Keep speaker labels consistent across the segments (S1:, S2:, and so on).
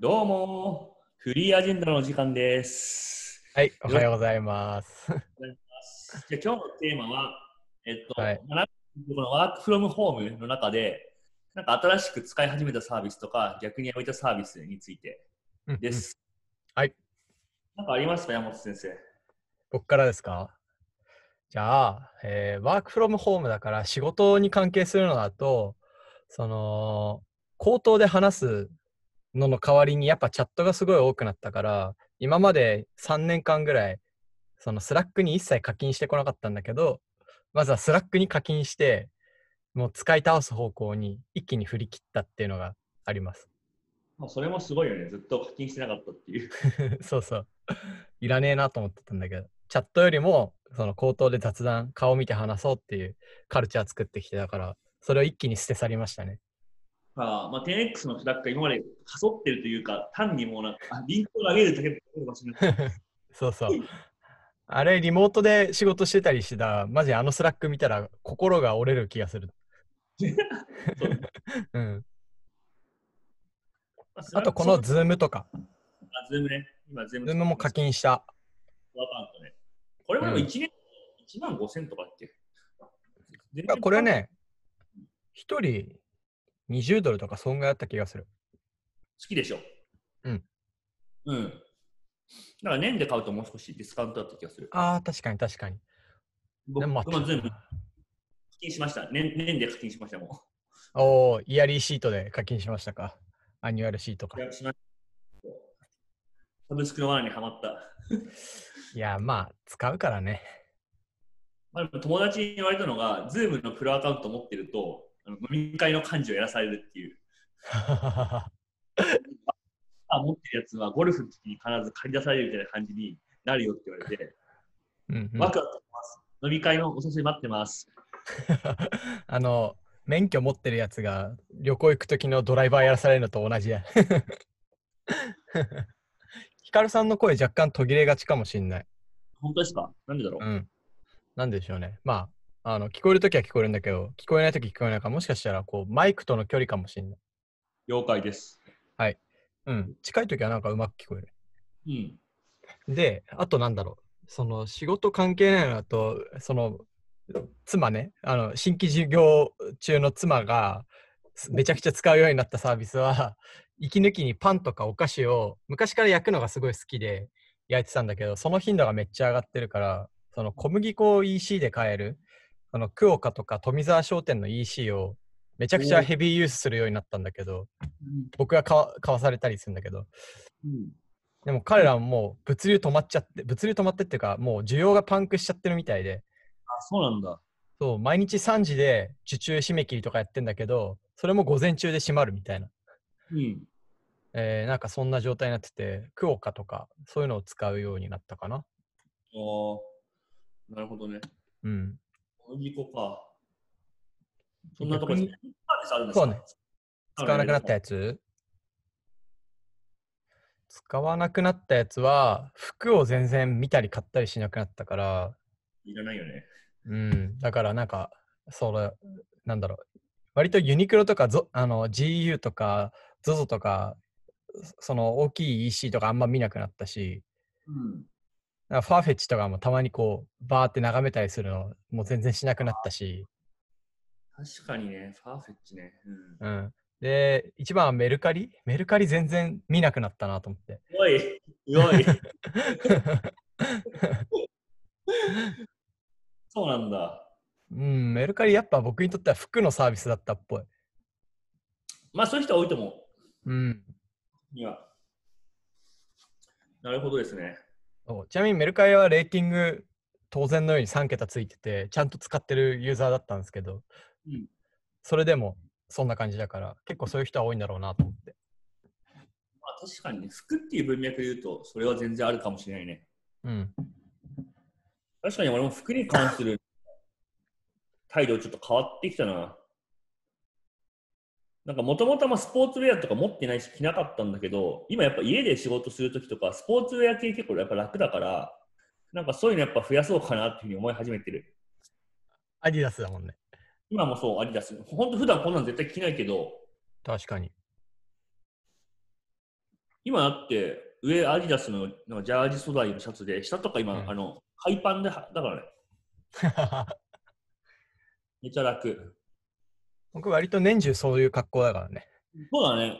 S1: どうも、フリーアジェンダの時間です。
S2: はい、おはようございます。
S1: じゃあ今日のテーマは、えっと、
S2: はい
S1: まあこのワークフロムホームの中で、なんか新しく使い始めたサービスとか、逆にやめたサービスについてで
S2: うんうん
S1: す。
S2: はい。
S1: なんかありますか、山本先生。
S2: 僕からですかじゃあ、えーワークフロムホームだから仕事に関係するのだと、その、口頭で話すのの代わりにやっぱチャットがすごい多くなったから、今まで3年間ぐらい、そのスラックに一切課金してこなかったんだけど、まずはスラックに課金して、もう使い倒す方向に一気に振り切ったっていうのがあります。
S1: まあ、それもすごいよね。ずっと課金してなかったっていう。
S2: そうそう。いらねえなと思ってたんだけど、チャットよりも、その口頭で雑談、顔見て話そうっていうカルチャー作ってきてたから、それを一気に捨て去りましたね。
S1: あーまあ、10X のフラッグが今までかそってるというか、単にもうなんか、あリンクを投げるだけの場所になってる
S2: そうそう。あれ、リモートで仕事してたりしてたら、マジあのスラック見たら心が折れる気がする。
S1: そう
S2: うん。
S1: まあ
S2: あと、このズームとか。
S1: あズームね。今、ズーム。
S2: ズームも課金した。
S1: アカウントね。これもでも1年、1万5千とかだっけ全然
S2: これ。ね、一人20ドルとか、そんぐらいあった気がする。
S1: 好きでしょ。
S2: うん。
S1: うん。だから年で買うともう少しディスカウントだった気がする。
S2: ああ、確かに確かに。
S1: 僕
S2: でも
S1: 僕も全部課金しました。年年で課金しましたもん。
S2: おお、イヤリーシートで課金しましたか。アニュアルシートか
S1: 契。約しましたサブスクの罠にはまった。
S2: いや、まあ、使うからね。
S1: まあ、でも友達に言われたのが、ズームのプロアカウント持ってると、あの飲み会の幹事をやらされるっていう。あ持ってるやつはゴルフの時に必ず借り出されるみたいな感じになるよって言われて、
S2: うんうん
S1: ワクワクしてます。飲み会のお誘い待ってます。
S2: あの、免許持ってるやつが旅行行く時のドライバーやらされるのと同じや。 ヒカルさんの声若干途切れがちかもしんない。
S1: 本当ですかなんでだろう、
S2: うん。なんでしょうね。まあ、あの、聞こえる時は聞こえるんだけど、聞こえない時聞こえないから、もしかしたら、こう、マイクとの距離かもしんない。
S1: 了解です。
S2: うん。近い時はなんかうまく聞こえる。
S1: うん。
S2: で、あとなんだろう、その仕事関係ないのだと、その妻ね、あの新規事業中の妻がすめちゃくちゃ使うようになったサービスは、息抜きにパンとかお菓子を昔から焼くのがすごい好きで焼いてたんだけど、その頻度がめっちゃ上がってるから、その小麦粉を EC で買える、そのクオカとか富澤商店の EC をめちゃくちゃヘビーユースするようになったんだけど、僕が買わ買わされたりするんだけど、
S1: うん。
S2: でも彼らももう物流止まっちゃって、物流止まってっていうか、もう需要がパンクしちゃってるみたいで、
S1: あ、そうなんだ。
S2: そう、毎日3時で受注締め切りとかやってんだけど、それも午前中で閉まるみたいな。
S1: うん。
S2: えーなんかそんな状態になってて、クオカとか、そういうのを使うようになったかな。
S1: ああ、なるほどね。
S2: うん。
S1: 小麦粉か。そんなとこに
S2: 逆
S1: サービスあるんですか
S2: そうね使わなくなったやつ使わなくなったやつは、服を全然見たり買ったりしなくなったから、
S1: いらないよね。
S2: うん、だからなんか、それ、なんだろう、割とユニクロとかゾあの GU とか ZOZO とか、そその大きい EC とかあんま見なくなったし、
S1: うん。
S2: なんかファーフェッチとかもたまにこう、バーって眺めたりするの、もう全然しなくなったし、
S1: 確かにね、ファーフェッチね。うん。
S2: うん。で、一番はメルカリメルカリ全然見なくなったなと思って。
S1: すごい、すご い。そうなんだ。
S2: うん、メルカリやっぱ僕にとっては服のサービスだったっぽい。
S1: まあ、そういう人は多いと思う。
S2: うん。
S1: には。なるほどですね。
S2: そうちなみにメルカリはレーティング当然のように3桁ついててちゃんと使ってるユーザーだったんですけど、
S1: うん
S2: それでもそんな感じだから結構そういう人は多いんだろうなと思って
S1: まあ、確かにね、服っていう文脈で言うと、それは全然あるかもしれないね。
S2: うん
S1: 確かに俺も服に関する態度ちょっと変わってきたな。なんかもともとスポーツウェアとか持ってないし着なかったんだけど、今やっぱ家で仕事するときとか、スポーツウェア系結構やっぱ楽だから、なんかそういうのやっぱ増やそうかなっていうふうに思い始めてる。
S2: アディダスだもんね
S1: 今もそう、アディダス。ほんと普段こんなん絶対着ないけど、
S2: 確かに
S1: 今だって、上アディダスのなんかジャージ素材のシャツで、下とか今、
S2: うん
S1: あの、海パンでは、だからね、めちゃ楽。
S2: 僕割と年中そういう格好だからね。
S1: そうだ ね。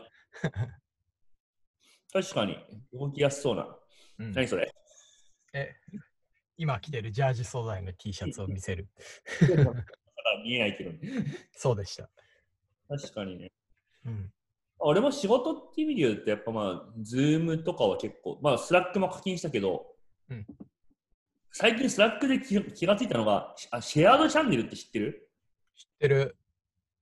S1: 確かに、動きやすそうな。
S2: うん
S1: 何そ れ
S2: 今着てるジャージ素材の T シャツを見せる。
S1: だから見えないけどね。
S2: そうでした。
S1: 確かにね。
S2: うん。
S1: 俺も仕事っていう意味で言うと、やっぱまあ、ズームとかは結構、まあ、スラックも課金したけど、
S2: うん
S1: 最近スラックで気気がついたのが、しあシェアードチャンネルって知ってる
S2: 知ってる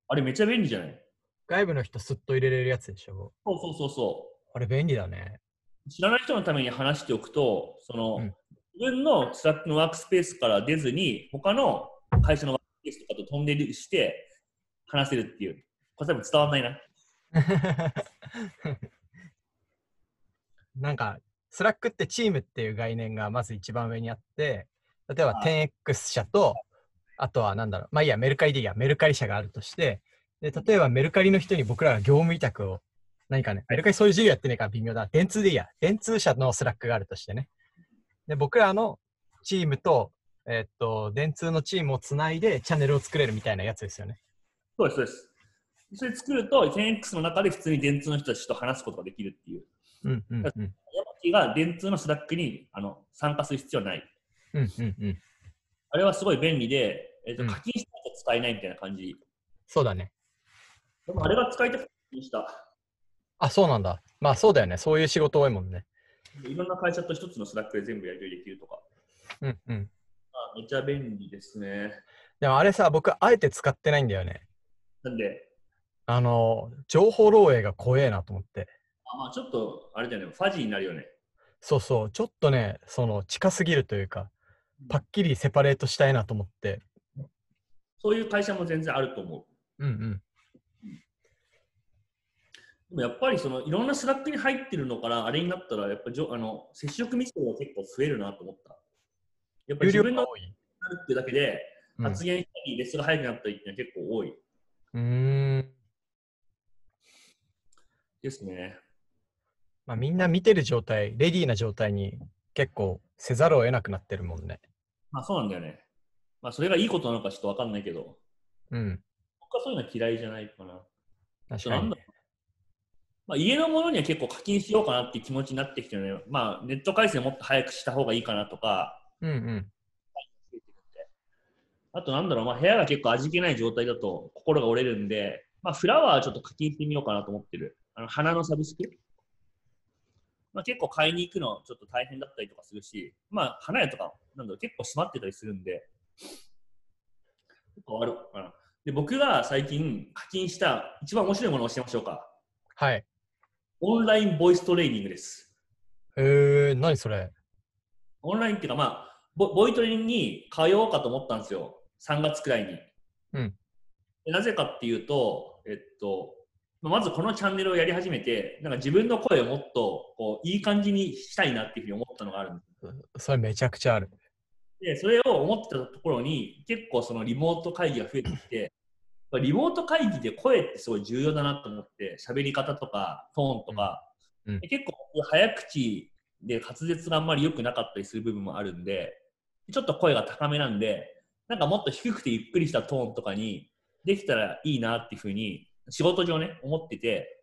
S1: あれめっちゃ便利じゃない
S2: 外部の人すっと入れれるやつでしょ。
S1: そうそうそうそ
S2: あれ便利だね。
S1: う。知らない人のために話しておくと、その、
S2: うん
S1: 自分のスラックのワークスペースから出ずに、他の会社のワークスペースとかとトンネルして話せるっていう。これ多分伝わんないな。
S2: なんか、スラックってチームっていう概念がまず一番上にあって、例えば
S1: は
S2: 10X 社と、あとはなんだろう、まあいいや、メルカリでいいや、メルカリ社があるとして、で例えばメルカリの人に僕らが業務委託を、何かね、メルカリそういう事業やってねえから微妙だ、電通でいいや、電通社のスラックがあるとしてね。で、僕らのチームと、えっと、電通のチームをつないでチャンネルを作れるみたいなやつですよね。
S1: そうです、そうです。それ作ると、10X の中で普通に電通の人たちと話すことができるっていう。
S2: うんうん
S1: ヤ
S2: うん。
S1: マキが電通のスラックにあの参加する必要はない。
S2: うんうんうん。
S1: あれはすごい便利で、えーと
S2: うん
S1: 課金したと使えないみたいな感じ。
S2: そうだね。
S1: でもあれが使いたくて課金した。
S2: あ、そうなんだ。まあそうだよね。そういう仕事多いもんね。
S1: いろんな会社と一つのスラックで全部やり取りできるとか。
S2: うんうん。
S1: あめっちゃ便利ですね。
S2: でもあれさ、僕、あえて使ってないんだよね。
S1: なんで、
S2: あの、情報漏洩が怖えなと思って。
S1: あまあ、ちょっとあれだよね、ファジーになるよね。
S2: そうそう、ちょっとね、その、近すぎるというか、パッキリセパレートしたいなと思って。
S1: そういう会社も全然あると思
S2: うんうん。
S1: う。でもやっぱりそのいろんなスラックに入ってるのから、あれになったら、やっぱじょあの接触密度が結構増えるなと思った。やっぱり
S2: 有
S1: 自
S2: 料
S1: 分の
S2: が
S1: あ
S2: 多い。
S1: るってだけで、
S2: うん
S1: 発言したり、レスが早くなったりっていうのは結構多い。
S2: うーん。
S1: ですね。
S2: まあみんな見てる状態、レディーな状態に結構せざるを得なくなってるもんね。
S1: まあそうなんだよね。まあそれがいいことなのかちょっとわかんないけど、
S2: うん。
S1: 僕はそういうのは嫌いじゃないかな。
S2: 確か
S1: なん
S2: に
S1: だ。まあ家のものには結構課金しようかなっていう気持ちになってきてるので、まあネット回線もっと早くした方がいいかなとか、
S2: うんうん。
S1: あとなんだろう、まあ部屋が結構味気ない状態だと心が折れるんで、まあフラワーはちょっと課金してみようかなと思ってる。あの花のサブスク。まあ結構買いに行くのちょっと大変だったりとかするし、まあ花屋とか、なんだろう、結構閉まってたりするんで、結構あるかな。で、僕が最近課金した一番面白いものを教えましょうか。
S2: はい。
S1: オンラインボイストレーニングです。
S2: えー、何それ。
S1: オンラインっていうか、まあ、ボボイトレに通おうかと思ったんですよ。3月くらいに。
S2: うん
S1: でなぜかっていうと、えっと、まあまずこのチャンネルをやり始めて、なんか自分の声をもっとこういい感じにしたいなっていうふうに思ったのがあるんで
S2: それめちゃくちゃある。
S1: で、それを思ってたところに、結構そのリモート会議が増えてきて、やっぱリモート会議で声ってすごい重要だなと思って、喋り方とかトーンとか、
S2: うんうん
S1: で結構早口で滑舌があんまり良くなかったりする部分もあるんで、ちょっと声が高めなんで、なんかもっと低くてゆっくりしたトーンとかにできたらいいなっていうふうに、仕事上ね、思ってて、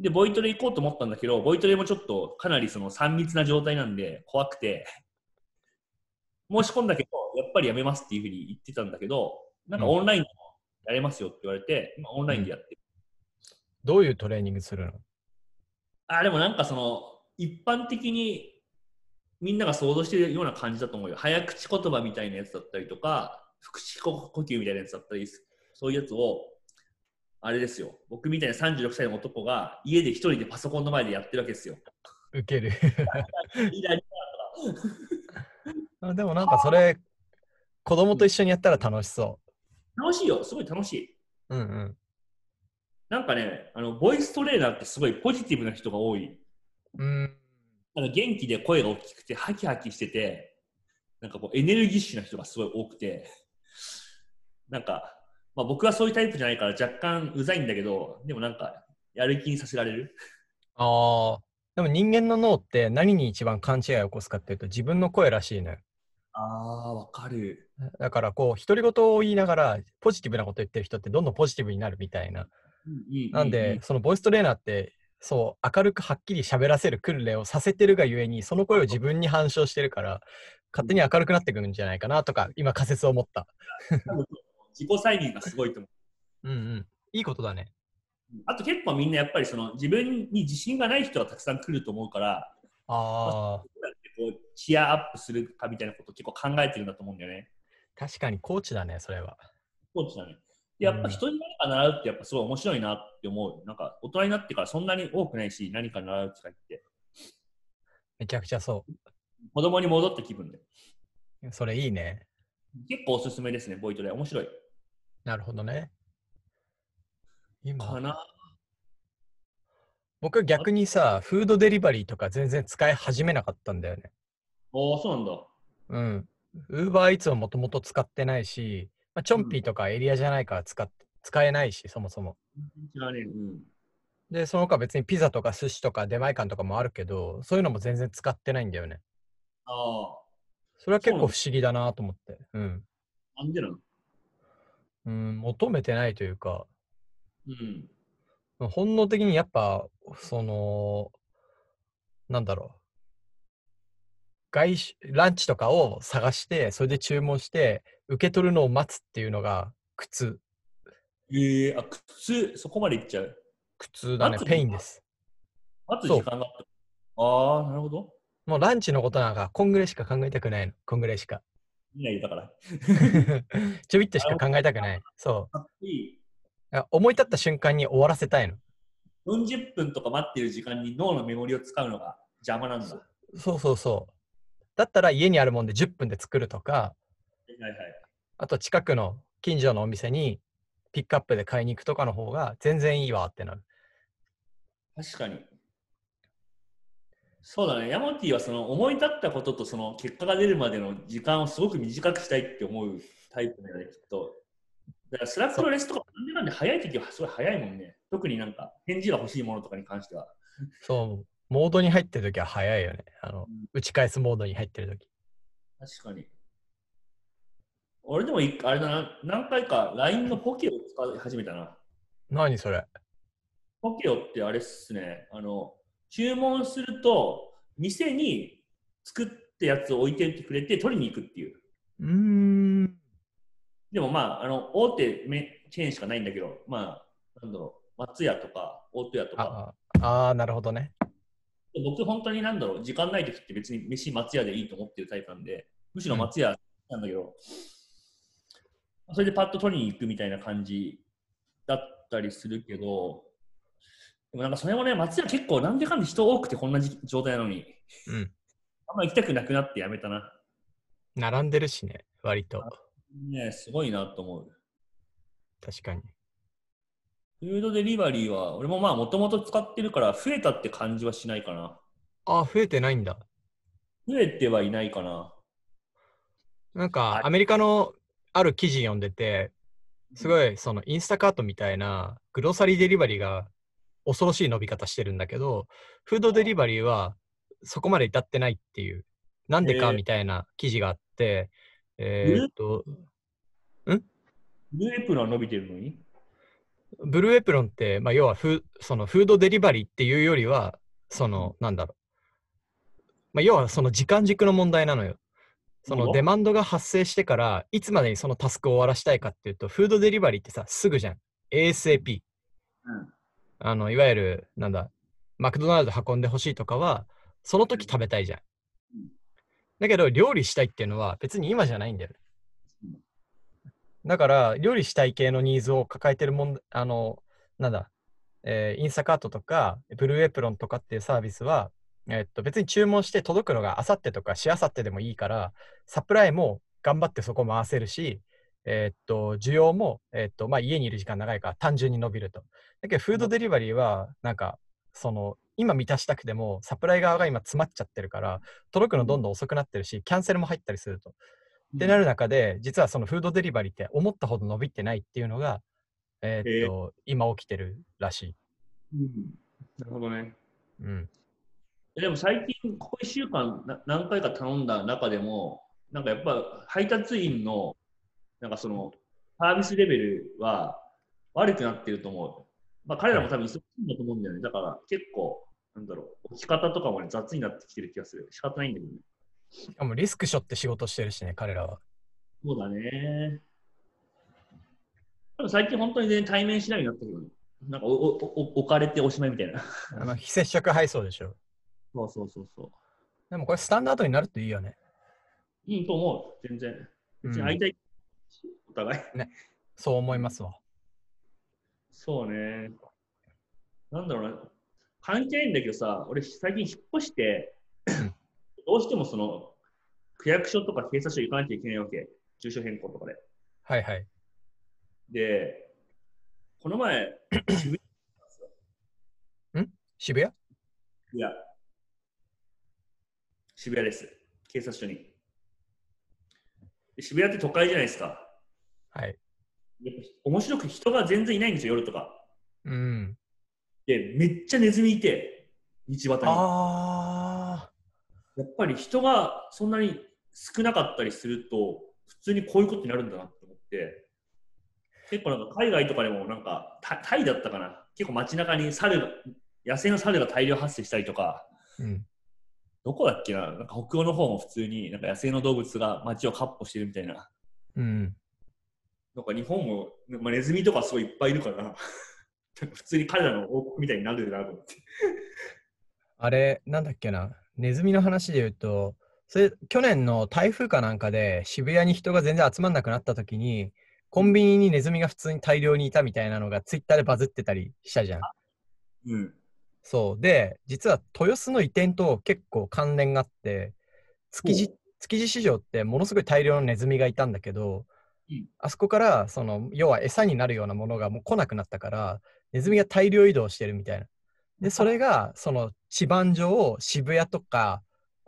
S1: で、ボイトレ行こうと思ったんだけど、ボイトレもちょっとかなりその3密な状態なんで怖くて、申し込んだけど、やっぱりやめますっていうふうに言ってたんだけど、なんか
S2: うん
S1: オンラインでもやれますよって言われて、今オンラインでやってる。
S2: どういうトレーニングするの
S1: あ、でもなんかその、一般的にみんなが想像してるような感じだと思うよ。早口言葉みたいなやつだったりとか、腹式呼吸みたいなやつだったり、そういうやつを、あれですよ。僕みたいな36歳の男が家で一人でパソコンの前でやってるわけですよ。
S2: 受ける。
S1: リーダーに
S2: あでもなんかそれ、子供と一緒にやったら楽しそ
S1: 楽しいよ。すごい楽しい。
S2: う。うんうん。
S1: なんかね、あの、ボイストレーナーってすごいポジティブな人が多い。
S2: うん、
S1: なんか元気で声が大きくて、ハキハキしてて、なんかこうエネルギッシュな人がすごい多くて、なんか、まあ僕はそういうタイプじゃないから若干うざいんだけど、でもなんか、やる気にさせられる。
S2: ああ、でも人間の脳って何に一番勘違いを起こすかっていうと自分の声らしいのよ。
S1: あー、わかる。
S2: だからこう独り言を言いながらポジティブなこと言ってる人ってどんどんポジティブになるみたいな。なんでそのボイストレーナーってそう明るくはっきり喋らせる訓練をさせてるがゆえにその声を自分に反証してるから勝手に明るくなってくるんじゃないかなとか今仮説を持った。
S1: 自己再現がすごいと思う。
S2: うんうん。いいことだね。
S1: あと結構みんなやっぱりその自分に自信がない人がたくさん来ると思うから、
S2: ああ。
S1: こうチアアップするかみたいなことを結構考えてるんだと思うんだよね。
S2: 確かにコーチだね、それは。
S1: コーチだね。でやっぱ人に何か習うってやっぱすごい面白いなって思う。なんか大人になってからそんなに多くないし、何か習う機会って。
S2: めちゃくちゃそ
S1: 子供に戻った気分で。
S2: う。それいいね。
S1: 結構おすすめですね、ボイトレ。面白い。
S2: なるほどね。
S1: か
S2: 今、
S1: な
S2: 僕逆にさ、フードデリバリーとか全然使い始めなかったんだよね。
S1: おー、そうなんだ。
S2: うん。ウーバーイーツをもともと使ってないし、まあ、チョンピーとかエリアじゃないから使っ使えないし、そもそも。
S1: 違うね。うん。
S2: で、その他別にピザとか寿司とか出前館とかもあるけど、そういうのも全然使ってないんだよね。
S1: ああ
S2: それは結構不思議だなと思って。うん。
S1: ー、なんでなの
S2: うん、求めてないというか、
S1: うん。
S2: 本能的にやっぱそのなんだろう外食ランチとかを探してそれで注文して受け取るのを待つっていうのが苦痛
S1: ええー、あ、靴、そこまでいっちゃう。
S2: 苦痛だね
S1: 待つの
S2: ペインです
S1: 待つ時間があった。ああ、なるほど。
S2: もうランチのことなんかこんぐらいしか考えたくないのこんぐらいしか
S1: みんな言ったから。
S2: ちょびっとしか考えたくないそ
S1: かっこいい。
S2: う思い立った瞬間に終わらせたいの
S1: 40分とか待ってる時間に脳のメモリを使うのが邪魔なんだ。
S2: そ
S1: は
S2: そうそうそうだったら家にあるもんで10分で作るとか
S1: いはい。
S2: あと近くの近所のお店にピックアップで買いに行くとかの方が全然いいわってなる。
S1: 確かに。そうだね、ヤモティはその思い立ったこととその結果が出るまでの時間をすごく短くしたいって思うタイプだよね、きっと。だからスラックのレスとかもなんでなんで早い時はすごい早いもんね。特になんか返事が欲しいものとかに関しては。
S2: そう、モードに入ってるときは早いよね。あ
S1: う
S2: の、
S1: ん
S2: 打ち返すモードに入ってるとき。
S1: 確かに。俺でもいあれだな、何回か LINE のポケを使い始めたな。
S2: 何それ
S1: ポケオってあれっすね、あの、注文すると、店に作ったやつを置いてってくれて、取りに行くっていう。
S2: うーん。
S1: でもまあ、あの、大手めチェーンしかないんだけど、まあ、なんだろう、松屋とか、大戸屋とか、
S2: ああー、なるほどね。
S1: 僕本当になんだろう、時間ない時って別に飯松屋でいいと思ってるタイプなんで、むしろ松屋なんだけど、それでパッと取りに行くみたいな感じだったりするけど、でもなんかそれもね、松屋結構なんでかんで人多くてこんなじ状態なのに、
S2: うん。
S1: あんま行きたくなくなってやめたな。
S2: 並んでるしね、割と。
S1: ねすごいなと思う。
S2: 確かに。
S1: フードデリバリーは、俺もまあもともと使ってるから、増えたって感じはしないかな。
S2: ああ、増えてないんだ。
S1: 増えてはいないかな。
S2: なん
S1: は
S2: か
S1: い、
S2: アメリカのある記事読んでて、すごい、その、インスタカートみたいな、グロサリーデリバリーが恐ろしい伸び方してるんだけど、フードデリバリーはそこまで至ってないっていう、なんで
S1: へ
S2: か
S1: ー
S2: みたいな記事があって、えーっと、
S1: ループのは伸びてるのに
S2: ブルーエプロンって、まあ、要はフー、その、フードデリバリーっていうよりは、その、なんだろう。まあ、要は、その、時間軸の問題なのよ。そ
S1: なるほ
S2: の
S1: ど
S2: デマンドが発生してから、いつまでにそのタスクを終わらしたいかっていうと、フードデリバリーってさ、すぐじゃん。ASAP。
S1: うん
S2: あの、いわゆる、なんだ、マクドナルド運んでほしいとかは、その時食べたいじゃん
S1: うん。
S2: だけど、料理したいっていうのは別に今じゃないんだよね
S1: うん。
S2: だから、料理したい系のニーズを抱えてるもん、あの、なんだ、えーインスタカートとか、ブルーエプロンとかっていうサービスは、えっと、別に注文して届くのがあさってとかしあさってでもいいから、サプライも頑張ってそこ回せるし、えっと、需要も、えっと、まあ、家にいる時間長いから単純に伸びると。だけど、フードデリバリーは、なんか、その、今満たしたくても、サプライ側が今詰まっちゃってるから、届くのどんどん遅くなってるし、キャンセルも入ったりすると。ってな
S1: る
S2: る中で、実はそのフードデリバリーって思ったほど伸びてないっていうのが、えーっと、今起きてるらしい。
S1: うん。なるほどね。
S2: うん。
S1: でも最近、ここ1週間な何回か頼んだ中でも、なんかやっぱ配達員の、なんかその、サービスレベルは悪くなってると思う。まあ彼らも多分忙しいんだと思うんだよね。だから結構、なんだろう、置き方とかもね、雑になってきてる気がする。仕方ないんだけどね。
S2: しかもリスク背負って仕事してるしね、彼らは。
S1: そうだね。多分最近本当に全然対面しないようになったけどね。なんかおおお置かれておしまいみたいな。
S2: あの非接触配送でしょ。
S1: そうそうそうそう。
S2: でもこれスタンダードになるといいよね。
S1: いいと思う、全然。
S2: うん
S1: 別に会いたいし、お互い。
S2: そう思いますわ。
S1: そうね。なんだろうな。関係ないんだけどさ、俺最近引っ越 して、どうしてもその、区役所とか警察署行かなきゃいけないわけ。住所変更とかで。
S2: はいはい。
S1: で、この前、渋
S2: 渋谷
S1: 谷、渋谷です。警察署に。で渋谷って都会じゃないですか。
S2: はい。
S1: やっぱ面白く人が全然いないんですよ、夜とか。
S2: うん。
S1: で、めっちゃネズミいて、道端に。
S2: あ
S1: やっぱり人がそんなに少なかったりすると、普通にこういうことになるんだなって思って、結構なんか海外とかでもなんか、タタイだったかな。結構街中に猿が、野生の猿が大量発生したりとか、
S2: ー。うん。
S1: どこだっけな、なんか北欧の方も普通になんか野生の動物が街をカッポしてるみたいな。
S2: うん。
S1: なんか日本も、まあ、ネズミとかすごいいっぱいいるから、なん か普通に彼らの王国みたいになるなと思って。
S2: あれ、なんだっけな、ネズミの話で言うと、それ去年の台風かなんかで渋谷に人が全然集まんなくなった時に、コンビニにネズミが普通に大量にいたみたいなのがツイッターでバズってたりしたじゃん。
S1: うん。
S2: そう。で、実は豊洲の移転と結構関連があって、築地
S1: ほ、
S2: 築地市場ってものすごい大量のネズミがいたんだけど、
S1: うん
S2: あそこから、その、要は餌になるようなものがもう来なくなったから、ネズミが大量移動してるみたいな。で、それが、その、地盤上を渋谷とか、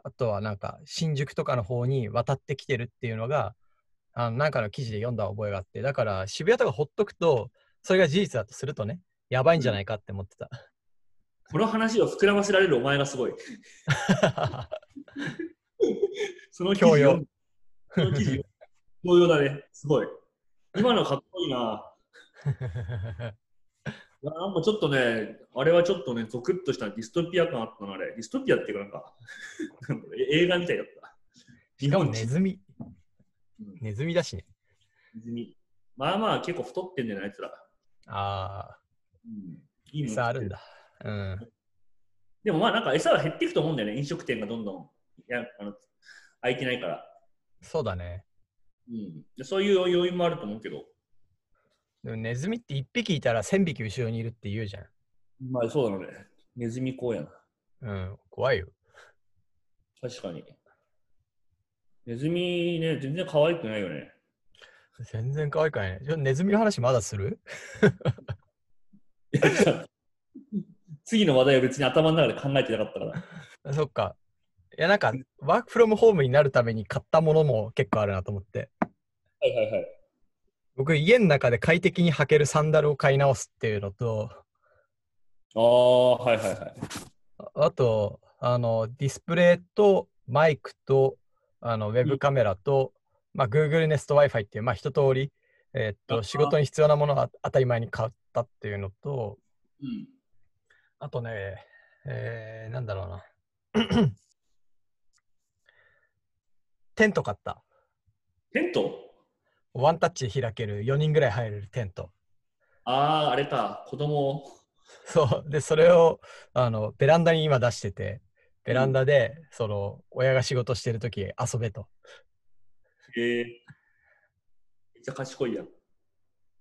S2: あとはなんか、新宿とかの方に渡ってきてるっていうのが、あのなんかの記事で読んだ覚えがあって、だから渋谷とかほっとくと、それが事実だとするとね、やばいんじゃないかって思ってた。
S1: この話を膨らませられるお前がすごい。その記事
S2: 教養
S1: 読んその記 事教養だね。すごい。今のかっこいいな。いやなんかちょっとね、あれはちょっとね、ゾクッとしたディストピア感あったな、あれ。ディストピアっていうかなんか、 なんだろうえ映画みたいだった。
S2: しかも
S1: 日
S2: ネ
S1: 本
S2: ズミ、
S1: うん
S2: ネズミだしね。
S1: ネズミ。まあまあ結構太ってんだよな、あいつら。
S2: ああ、
S1: うん、いいもん食って
S2: 餌あるんだ。うん。
S1: でもまあなんか餌は減っていくと思うんだよね、飲食店がどんどん。いや、あの、空いてないから。
S2: そうだね。
S1: うんで。そういう要因もあると思うけど。
S2: でもネズミって1匹いたら1000匹後ろにいるって言うじゃん。
S1: まあそうだろうね。ネズミこうやな。
S2: うん、怖いよ。
S1: 確かに。ネズミね、全然可愛くないよね。
S2: 全然可愛くないね。ちょネズミの話まだする
S1: 次の話題は別に頭の中で考えてなかったから。
S2: そっか。いや、なんか、ワークフロムホームになるために買ったものも結構あるなと思って。
S1: はいはいはい。
S2: 僕、家の中で快適に履けるサンダルを買い直すっていうのと、
S1: ああ、はいはいはい。
S2: ああと、あの、ディスプレイとマイクと、あの、ウェブカメラと、まあ、Google Nest Wi-Fi っていう、まあ、一通り、えーっ
S1: あ
S2: と、
S1: ー
S2: 仕事に必要なものは当たり前に買ったっていうのと、
S1: うん。
S2: あとね、えー、なんだろうな。 テント買った。
S1: テント
S2: ワンタッチで開ける4人ぐらい入れるテント。
S1: ああ、あれか。子供を。
S2: そう。で、それを、あの、ベランダに今出してて、ベランダで、その、親が仕事してるとき遊べと。
S1: へえめっちゃ賢いやん。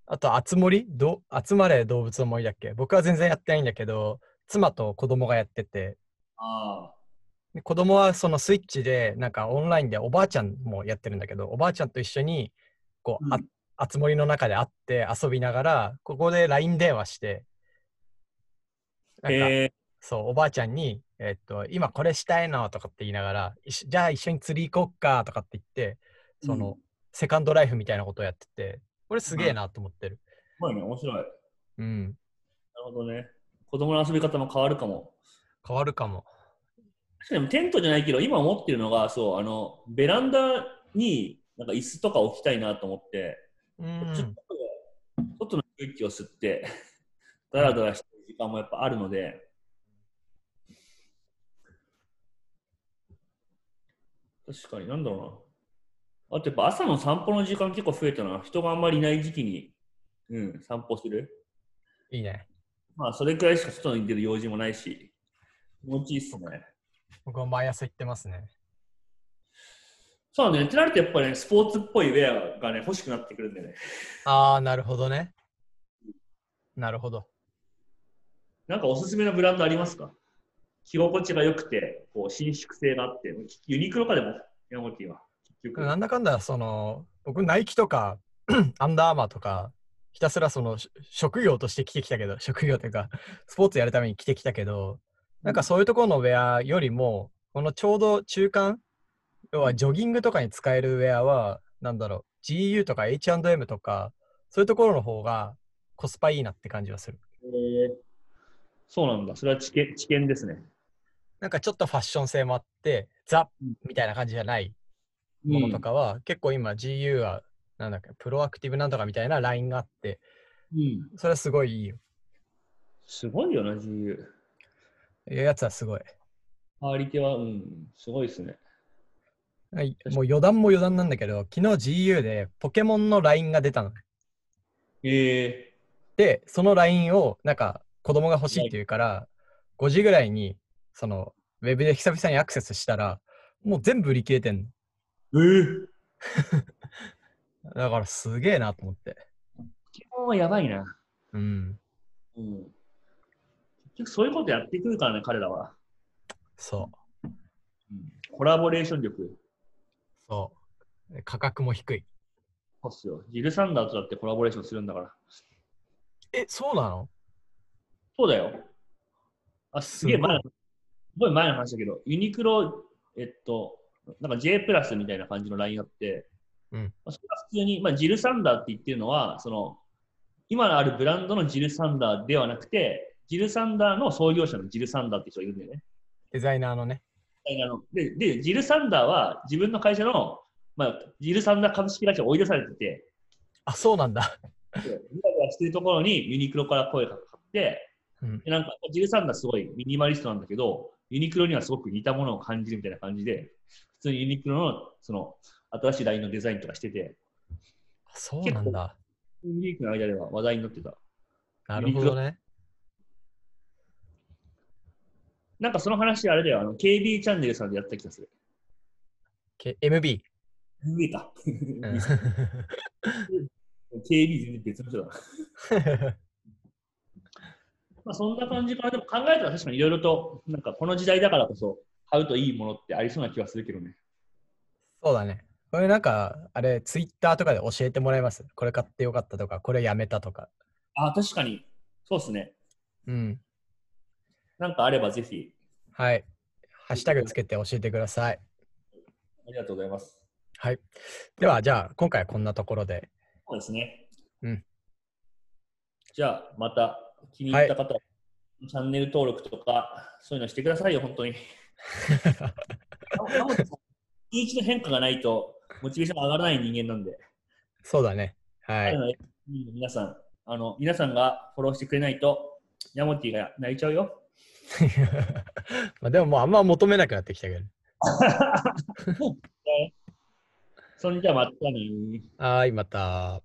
S2: あと、あつ森ど集まれ動物の森だっけ僕は全然やってないんだけど、妻と子供がやってて、
S1: ああ。
S2: で子供はそのスイッチで、なんかオンラインでおばあちゃんもやってるんだけど、おばあちゃんと一緒に、こう、あ
S1: うん
S2: あつ森の中で会って遊びながら、ここで LINE 電話して、なんか、
S1: へえ
S2: そう、おばあちゃんに、えっと、今これしたいのとかって言いながら、一緒じゃあ一緒に釣り行こっかとかって言って、その、
S1: うん
S2: セカンドライフみたいなことをやってて、これすげえなと思ってる。
S1: すごいね、面白い。なる
S2: うん
S1: ほどね。子供の遊び方も変わるかも。
S2: 変わるかも。
S1: でもテントじゃないけど、今思ってるのが、そう、あの、ベランダになんか椅子とか置きたいなと思って、
S2: うん
S1: ちょっと外の空気を吸って、 だらだらしてる時間もやっぱあるので、確かに、なんだろうな。あとやっぱ朝の散歩の時間結構増えたな。人があんまりいない時期に、うん、散歩する。
S2: いいね。
S1: まあ、それくらいしか外に出る用事もないし、気持ちいいっすね。
S2: 僕も毎朝行ってますね。
S1: そうね、ってなるとやっぱり、ね、スポーツっぽいウェアがね、欲しくなってくるんでね。
S2: ああ、なるほどね。なるほど。
S1: なんかおすすめのブランドありますか着心地が良くて、こう、伸縮性があって、ユニクロかでも、ヤモティは。結局。
S2: なんだかんだ、その、僕、ナイキとか、 アンダーアーマーとか、ひたすらその、し職業として着てきたけど、 職業というか、スポーツやるために着てきたけど、なんかそういうところのウェアよりも、このちょうど中間、要はジョギングとかに使えるウェアは、なんだろう、GU とか H&M とか、そういうところの方がコスパいいなって感じはする。
S1: えーそうなんだ。それは知見知見ですね。
S2: なんかちょっとファッション性もあって、ザ
S1: うん
S2: みたいな感じじゃないものとかは、結構今 GU はなんだっけプロアクティブなんとかみたいなラインがあって
S1: うん。うん。
S2: それはすごいいいよ。
S1: すごいよな、GU。
S2: いうやつはすごい。
S1: 周り手は、うん、すごいですね。
S2: はい
S1: かに
S2: もう余談も余談なんだけど昨日 GU でポケモンのラインが出たの。
S1: え
S2: でそのラインをなんか子供が欲しいっていうから5時ぐらいにそのウェブで久々にアクセスしたらもう全部売り切れてんの。
S1: ー、えー。
S2: だからすげえなと思って。
S1: ポケモンはやばいな。
S2: うん。
S1: うん。結局そういうことやってくるからね、彼らは。
S2: そう。
S1: コラボレーション力。
S2: そう。価格も低い。
S1: そうっすよ。ジル・サンダーとだってコラボレーションするんだから。
S2: え、そうなの
S1: そうだよ。あ、すげえ前の、すごい前の話だけど、ユニクロ、えっと、なんか J プラスみたいな感じのラインあって、
S2: うん
S1: まあ、それは普通に、まあ、ジル・サンダーって言ってるのは、その、今のあるブランドのジル・サンダーではなくて、ジル・サンダーの創業者のジル・サンダーって人がいるんだよね。
S2: デザイナーのね。
S1: あのでで、ジル・サンダーは自分の会社の、まあ、ジル・サンダー株式会社を追い出されてて、
S2: あ、そうなんだ。
S1: でふわふわしてるところにユニクロから声がかかって、
S2: うん
S1: でなんかジル・サンダーすごいミニマリストなんだけど、ユニクロにはすごく似たものを感じるみたいな感じで、普通にユニクロのその新しいラインのデザインとかしてて、
S2: そうなんだ。
S1: ユニークの間では話題になってた。
S2: なるほどね。
S1: なんかその話、あれだよ、あの KB チャンネルさんでやった気がする。
S2: け MB。
S1: 上か。
S2: うん
S1: KB 全然別の人だな。まあ、そんな感じかな。でも考えたら確かにいろいろと、なんかこの時代だからこそ、買うといいものってありそうな気はするけどね。
S2: そうだね。これなんか、あれ、ツイッターとかで教えてもらえます。これ買ってよかったとか、これやめたとか。
S1: あ、確かに。そうですね。
S2: うん。
S1: なんかあればぜひ、
S2: はい。ハッシュタグつけて教えてください。
S1: ありがとうございます。
S2: はい。では、じゃあ、今回はこんなところで。
S1: そうですね。
S2: うん。
S1: じゃあ、また気に入った方、チャンネル登録とか、そういうのしてくださいよ、本当 に。なおなおさん数値の変化がないと、モチベーションが上がらない人間なんで、
S2: そうだね。は。
S1: ないので皆さんあの、皆さんがフォローしてくれないと、ヤモティが泣いちゃうよ。
S2: まあでも、もうあんま求めなくなってきたけど。
S1: それじゃあ、またね
S2: はーい、また。